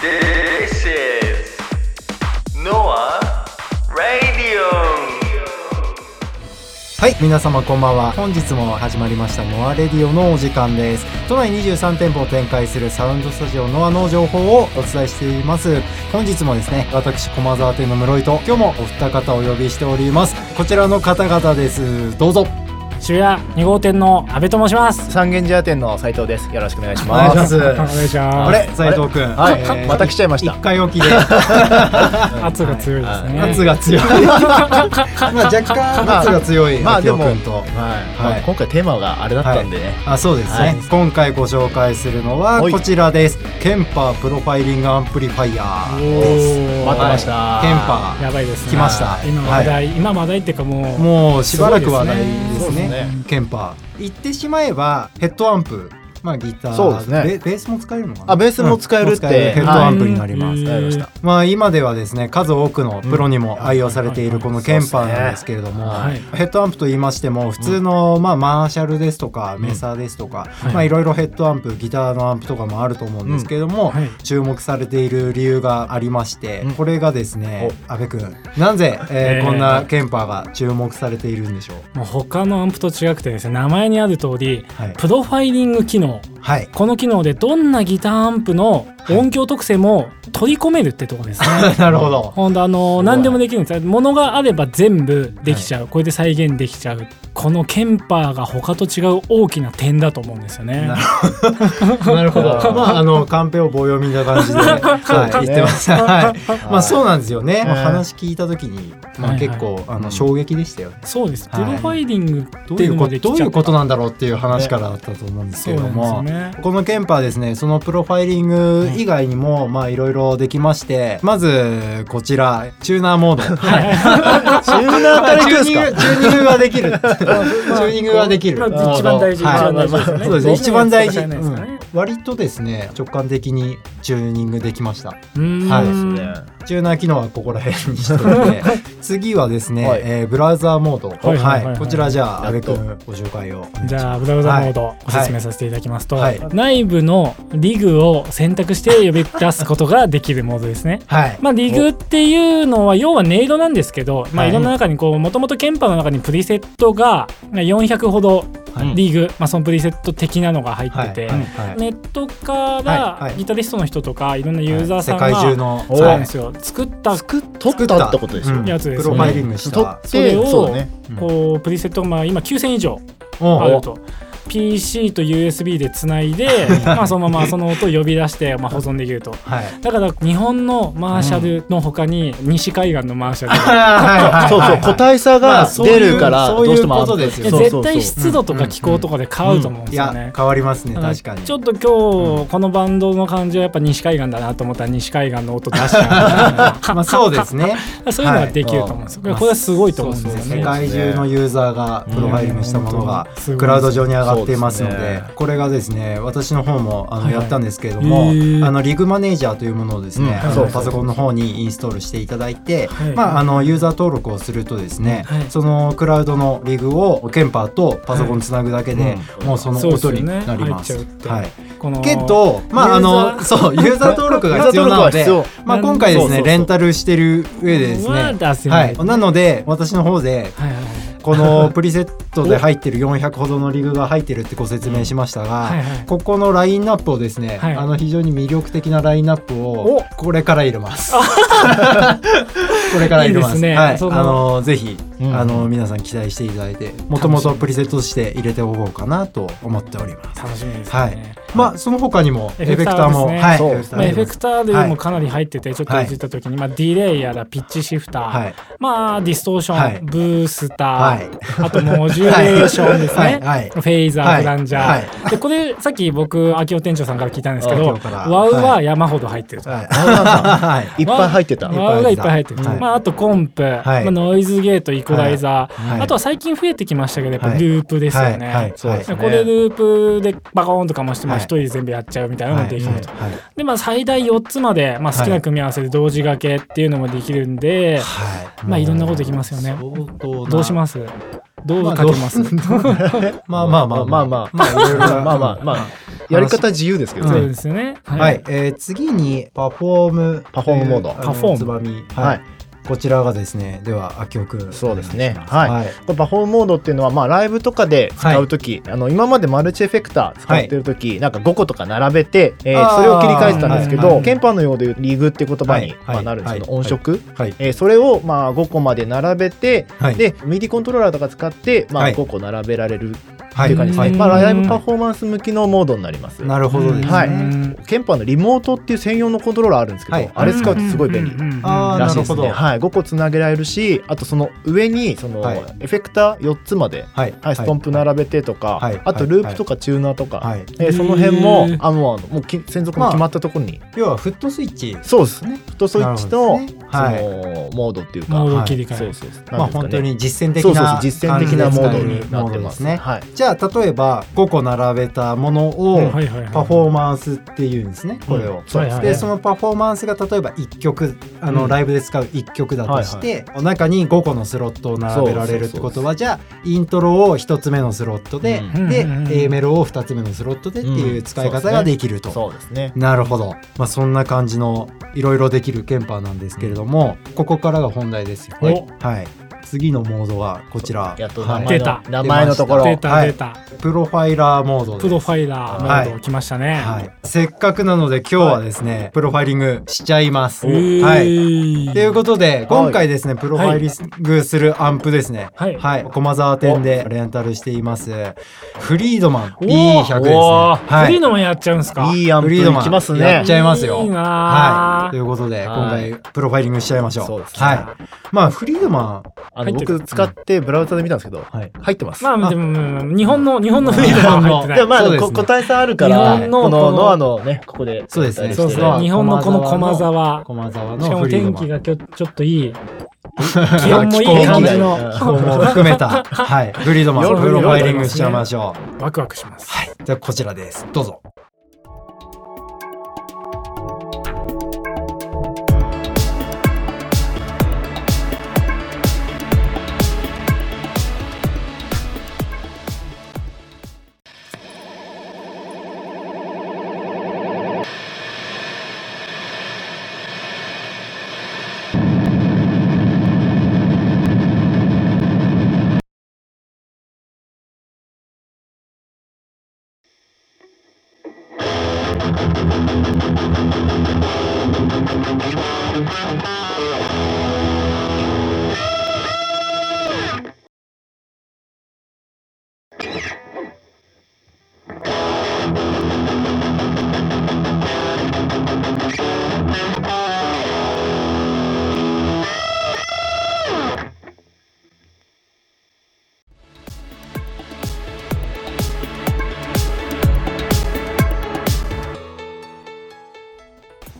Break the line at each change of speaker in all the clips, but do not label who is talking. This is Noah Radio.
はい、皆様こんばんは。本日も始まりましたノアレディオのお時間です。都内23店舗を展開するサウンドスタジオノアの情報をお伝えしています。本日もですね、私駒沢店の室井と今日もお二方お呼びしております。こちらの方々です。どうぞ。
渋谷2号店の阿部と申します。
三軒茶屋店の斉藤です。よろしくお願いし
お願い
ま
し
す。
ます。
お願いしま
あれ斉藤くん。
はい
えー
また来ちゃいました
一回おき で
す。圧が強いですね。
圧が強い。まあ若干圧が強い。
まあでも、
明
は
夫
い
君と。
まあ今回テーマがあれだったんでね。
あそうですね、
はい
今回ご紹介するのは
はい
こちらですケンパープロファイリングアンプリファイヤー
おー
待ってました。
ケンパ
やばいですね。
来ました
今話題、今話題っていうかもう
ーもうしばらく話題ですすね
ごいですねそうです
ケンパー言ってしまえばヘッドアンプまあギター
そうですね
ベベースも使えるのかな
あベースも使えるって
うんもう使ヘッドアンプになります、
うん
わかりました
まあ今ではですね数多くのプロにも愛用されているこのケンパーなんですけれども、
はい
ヘッドアンプと言いましても普通の、まあ、マーシャルですとかメーサーですとか、
はい
まあ、いろいろヘッドアンプギターのアンプとかもあると思うんですけれども、
んはい
注目されている理由がありまして、
うん
これがですね阿部君なぜ、えー
えー
こんなケンパーが注目されているんでしょう
もう他のアンプと違くてですね、名前にある通り、
はい
プロファイリング機能。
はい
この機能でどんなギターアンプの音響特性も取り込めるってとこですね。
なるほど
ほんとあの何でもできるんです物があれば全部できちゃう、これで再現できちゃうこのケンパーが他と違う大きな点だと思うんですよね
な なるほど。まあ、あの、カンペを棒読みな感じで、はい、言ってます。 はい。まあ、そうなんですよね。まあ
えー
話聞いたときに、ま
は
あ、
い
結構、あ
う
の、
ん
衝撃でしたよね。
そうですプ
はい
ロファイリングど
っ
う
て
い
いうう
の
こ
が
と、
でき
どう
ち
い
ゃう
う
か
ことなんだろうっていう話からだったと思うんです
そ
け
う
れ
な
ど
んですよ
も。
ね
このケンパーですね、そのプロファイリング以外にも、まあいろいろできまして、まず、こちら、チューナーモ ード。
チューナ ーから行
チュ
く
ー
ん
ニ
で
ン
す
グ、
か
チューニングがで きる。チューニングができる。
まあ一番大事、
はい
一番大事ですよね
そうですね一番大事、
どんなやつかわからないですかね
うん割とですね直感的にチューニングできました
うーん
はい
ね
チューナー機能はここら辺にしといて次はですね、
はい
えーブラウザーモード
はいはいはいはい
こちらじゃあ阿
や
部
っと
君ご紹介をお願いします
じゃあブラウザモードご説明させていただきますと、
はい
内部のリグを選択して呼び出すことができるモードですね
はい
まあ、リグっていうのは要は音色なんですけど、まあ、
はい
いろんな中にこうもともとケンパの中にプリセットがまあ400ほど
はい
リグ、まあ、そのプリセット的なのが入
は
って
い
て、
はい
ネットか
はいは
ら
い
ギタリストの人とかいろんなユーザーさんが、
世界中の
そうなんですよ作った
撮ったってことですよ
うん
ね。
やつですね
プロファイリングし
撮
た
っ、
それ
て、
を
そうだね。
うん
こうプリセットがまあ今9000以上
お
あ
う
ると。PC と USB でつない で、まあ、そのままその音を呼び出して、まあ、保存できると
はい
だから日本のマーシャルの他に西海岸のマーシャルが
はい
そうそう、個体差
まあ
が
そういう
出るから、
そういう
どうしても
ことですよ
い や
そう
絶対湿度と
うんう
か
ん
気候とかで買うと思うんで
い
すよ
や
ね。
変わりますね
だら
確かに
ちょっと今日このバンドの感じはやっぱ西海岸だなと思ったら西海岸の音出しちゃ う
まあそうですね
そういうのができると思うんですよ、
はい
これはすごいと思うんです
世
よね。
界中のユーザーがプロファイリングしたものが
うん
クラウド上に上がっていますので
そうですね
これがですね私の方もあの、
はいはい
やったんですけれども、
へー
あのリグマネージャーというものをですね、
うん
あの
そうそう
パソコンの方にインストールしていただいて、
はい
まあ、あのユーザー登録をするとですね、
はい
そのクラウドのリグをケンパーとパソコンつなぐだけで、
はいうん
もうその
そうです
音
よ
に
ね
なります。
入っちゃうって
はい
この
けど、まあ、あの
ユー
そうユーザー登録が必要なので
ユーザー登録は必
まあ、今回です
そうそ
ね
うそう
レンタルしてる上でです
は
ね
出せな。
はいい、なので私の方で
はいはい
こ のプリセットで入ってる400ほどのリグが入ってるってご説明しましたが、
はいはい
ここのラインナップをですね、
はい
あの非常に魅力的なラインナップを
お
これから入れ ます。これから入れます。
いいですね
はい、
その
あのぜひ、
うん
あの皆さん期待していただいて、もともとプリセットとして入れておこうかなと思っております。
楽しみですね。
はい。まあその他にもエ
エ
フェ
フェ
ク
ク
タ
タ
ー
ー
も、
ですね
はい、
そう
まあ、エフェ
タ
クターでもかなり入っててちょっといじった時に、まあ、ディレイやらピッチシフター、
はい
まあディストーション、
はい
ブースター、
はい
あとモジュレーションですね、
はいはい
フェイザ
は
ー
い
フランジャー、
はい
でこれさっき僕秋尾店長さんから聞いたんですけ
あ秋
ど
夫から
ワウは山ほど入ってると。
はい、
いっぱい入ってた。
い
ワウがいっぱい入ってる、
はい
まあ、あとコンプ、
い
まあ、ノイズゲートイコライザー、
はいはい
あとは最近増えてきましたけどやっ
は
ぱ
い
ループですよね、
はいはい
そうですね
これループでバカオンとかもしてま一人で全部やっちゃうみたいなのもできると。
はい
でまあ最大4つまで、まあ、好きな組み合わせで同時掛けっていうのもできるんで、
はい
まあいろんなことできますよね
相当な
どうしますどうかけます、
まあまあまあ
まあまあ
まあいろいろ
ま
な
あまあまあまあやり方自由ですけ ど
そう
ね
ですよね。
はい、えー次にパフォーム
パフォームモード
あの
パフォーム
つばみは
はいい
こちらがですねでは秋尾くん
そうですね
お願いします
はいこれパフォームモードっていうのは、まあ、ライブとかで使う時、あの今までマルチエフェクター使ってる時、なんか5個とか並べて、えー
あー
それを切り替えてたんですけど、
はいはい
ケンパーのようでいうリーグって言葉に、
はい
まあ、なるんですけど、
はい
音色、
はい
えーそれをまあ5個まで並べて、
はい
でミディコントローラーとか使って、ま
は
あ、
い
5個並べられるって
はい
いう感じですね、
はい
まあ、ライブパフォーマンス向きのモードになります。
なるほどですね、
はい
うん
ケンパーのリモートっていう専用のコントローラーあるんですけど、
はい
あれ使うとすごい便利。
うんうんうんうん
あー
らしいです
なるほ
ね。
ど
はい、5個つなげられるし、あとその上にその
はい
エフェクター4つまで
はい
はい、ストンプ並べてとか、
はい
あとループとかチューナーとか、
はい
えーその辺も
へー
あもうあのもうき専属の決まったところに、
要はフットスイッチ
そうです
ね
ねフットスイッチと、
なるほどですね
そ
はい
のモードっていうか、
モー
は
ド
い
切り替え。
そうそうそう
まあ本当に実践的
そうそうそ
な
う実践的なモード
感じで
に
使える
な
モ
っ
ー
て
ドで
ます
すね
はい
じゃあ例えば5個並べたもの
はい
を
はいはいはい
パフォーマンスっていうんですねこれを、
そう
はいはい
でそのパフォーマンスが例えば1曲あの、
うん
ライブで使う1曲だとして、中に5個のスロットを並べられるってことはじゃあイントロを1つ目のスロットで、
うん
で、
うんうんうん
A メロを2つ目のスロットでっていう使い方ができると。
そうですね
なるほど、まあ、そんな感じのいろいろできるケンパーなんですけれども、ここからが本題ですよね、はい、次のモードはこちら
やっと
は
名
い
出
前の,、
た
名前のところ
出た出た。
プロファイラーモードです
プロファイラーモード来ましたね。
はい、せっかくなので今日はですね、プロファイリングしちゃいます。
えー
はい。ということで、今回ですね、プロファイリングするアンプですね。
はい
はい。駒沢店でレンタルしています。フリードマン
おー
E100 ですね。
おー
は
フリー
い。
のもやっちゃうんですか。
いいアン
フ
プ
リードマン
きます
やっ
ね
ちゃいますよ。
いいなー
はい。ということで、今
はい
回プロファイリングしちゃいましょう。
そうですね
はい。まあ、フリードマ
あの
入ってる
僕使ってブラウザで見たんですけど、
ン、はい。
入ってます、
まあでも日本の日本のフリードは入ってな
でも
い。
まあ、
そうですね
こ個体差あるか
日
ら
本の
こ
こ
の
の
ノアのねここで
そうですね
そうですね。日本のこの駒沢。
駒沢
しか
の
も
フリード
天
マン
気。がきょちょっといい。気温もいい感じの。
気候 も含めた、はい。フリードマン、
夜
プロファイリングしちゃいましょう。
ワクワクします。
はい。じゃあこちらです。どうぞ。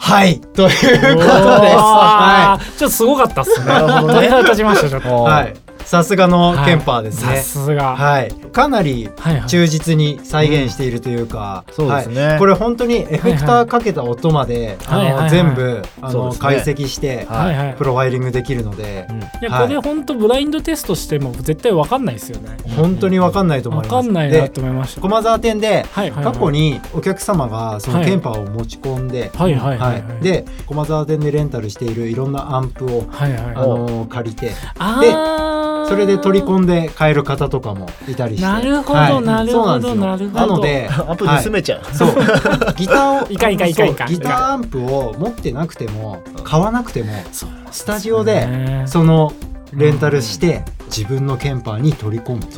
はい。ということです。
おー
は
ちょっとすごかったっ すね。
なるほどね
鳥肌立ちましたちょっ
い。
と。
はい。さすがの
はい
ケンパーです
さ
ね。
すが。
はい。かなり
はいはい
忠実に再現しているというか、
うんそうですね
はいこれ本当にエフェクターかけた音まで、
はいは
あ
い
の
はいはい
全部あ
そう
の、
ですね
解析して、
はいはい
プロファイリングできるので、
いや
はい
これ本当ブラインドテストしても絶対わかんないですよね。
本当にわかんないと思
わ
います。
かんないな
で
と思いました。
駒沢店で
はいはいはい
過去にお客様がその
はい
ケンパーを持ち込んで、
はいはいはい
は
はいい。
で駒沢店でレンタルしているいろんなアンプを、
はいはい。
あのー借りて
あー
それで取り込んで買える方とかもいたりして
なるほど
はい
なるほど
そうなんですよ
なるほど
なの で
アップ盗めちゃう、
そうギターを
いかんいかんいかんいかん
そうギターアンプを持ってなくても買わなくても
そうなんで
ス
すね
タジオでそのレンタルして自分のケンパーに取り込むと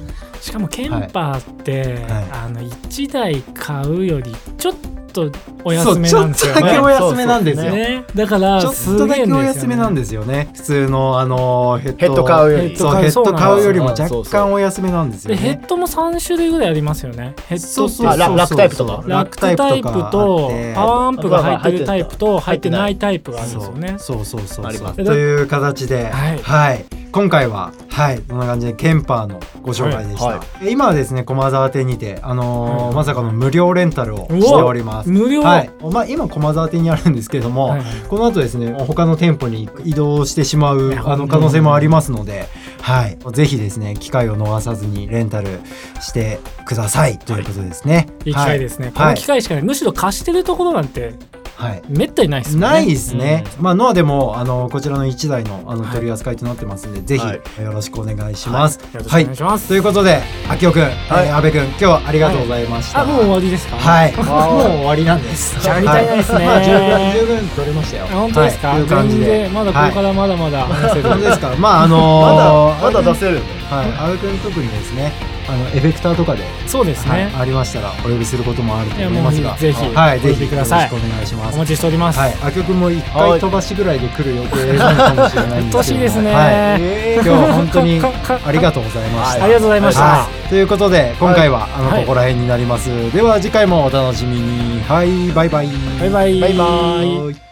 しかもケンパーって、
はい
あの1台買うよりちょっとお安めなんですよ
そうちょっとだけ
ね。
お安めなんですよ、
ね、だから
ちょっとだけお安めなん
で
ですよね普通のあのヘッド
ヘッド買うより
ヘ
そうヘ
買う
ッド買うよりも
そうなんです
若干お安めなんです
す
よ
よね。でヘ
ね
ッドも3種類ぐらいありますよね。ヘッドって
あララックタイプとか
ラックタイプとパワーアンプが入ってるタイプと入ってないタイプがあるんですよね。
そうそうそうそう
あります
という形で、は
はいい
今回ははいこんな感じでケンパーのご紹介でした、
はいは
え今はですね駒沢店にてあのー
はい
まさかの無料レンタルをしております
無料、
はい、まあ、今駒沢店にあるんですけれども、
はい
この後ですね他の店舗に移動してしまう
いや
あの可能性もありますので、はい、ぜひですね機会を逃さずにレンタルしてくださいということですね。
いい機
は
会ですね、この機会しかないむしろ貸してるところなんて
はいはい
めったにないですもんね
ないですね。まあノアでもあのこちらの1台のあの
はい
取り扱いとなってますんで、ぜ
はい
ひよろしくお願いします。
よろしくお
はい、
願いします、
ということで秋代くん、
い
えー阿部くん今日はありがとうございました。
あもう終わりですか
はい、もう終わりなんです。
じゃあやりたいですね
はまあ十分十分取れましたよ。
あ本当ですか、
はい、という感じ
全
で
然まだこれか
はい
らまだまだ話せる、
本当ですか。まああ
ま
のー、
だまだ出せるよね
はい、阿部くん特にですね、あのエフェクターとかで、
そうですね、
はい、ありましたらお呼びすることもあると
いや
思いま
もう
すが、
ぜひ
はい、
お
ぜ
呼び
ひよ
く
ろ
だ
し
さい
くお願いしま
お
す。
待ちしております、
はい、あくくんも一回飛ばしぐらいで来る予定なのかもしれないんですけども、
うっとうしいですね
はい、
え
今日は本当にありがとうございました。
ありがとうございました、
はいということで今回は、あの
はい
ここら辺になります。では次回もお楽しみに。はい、バイバイ。
バイバイ
バイバイ
はい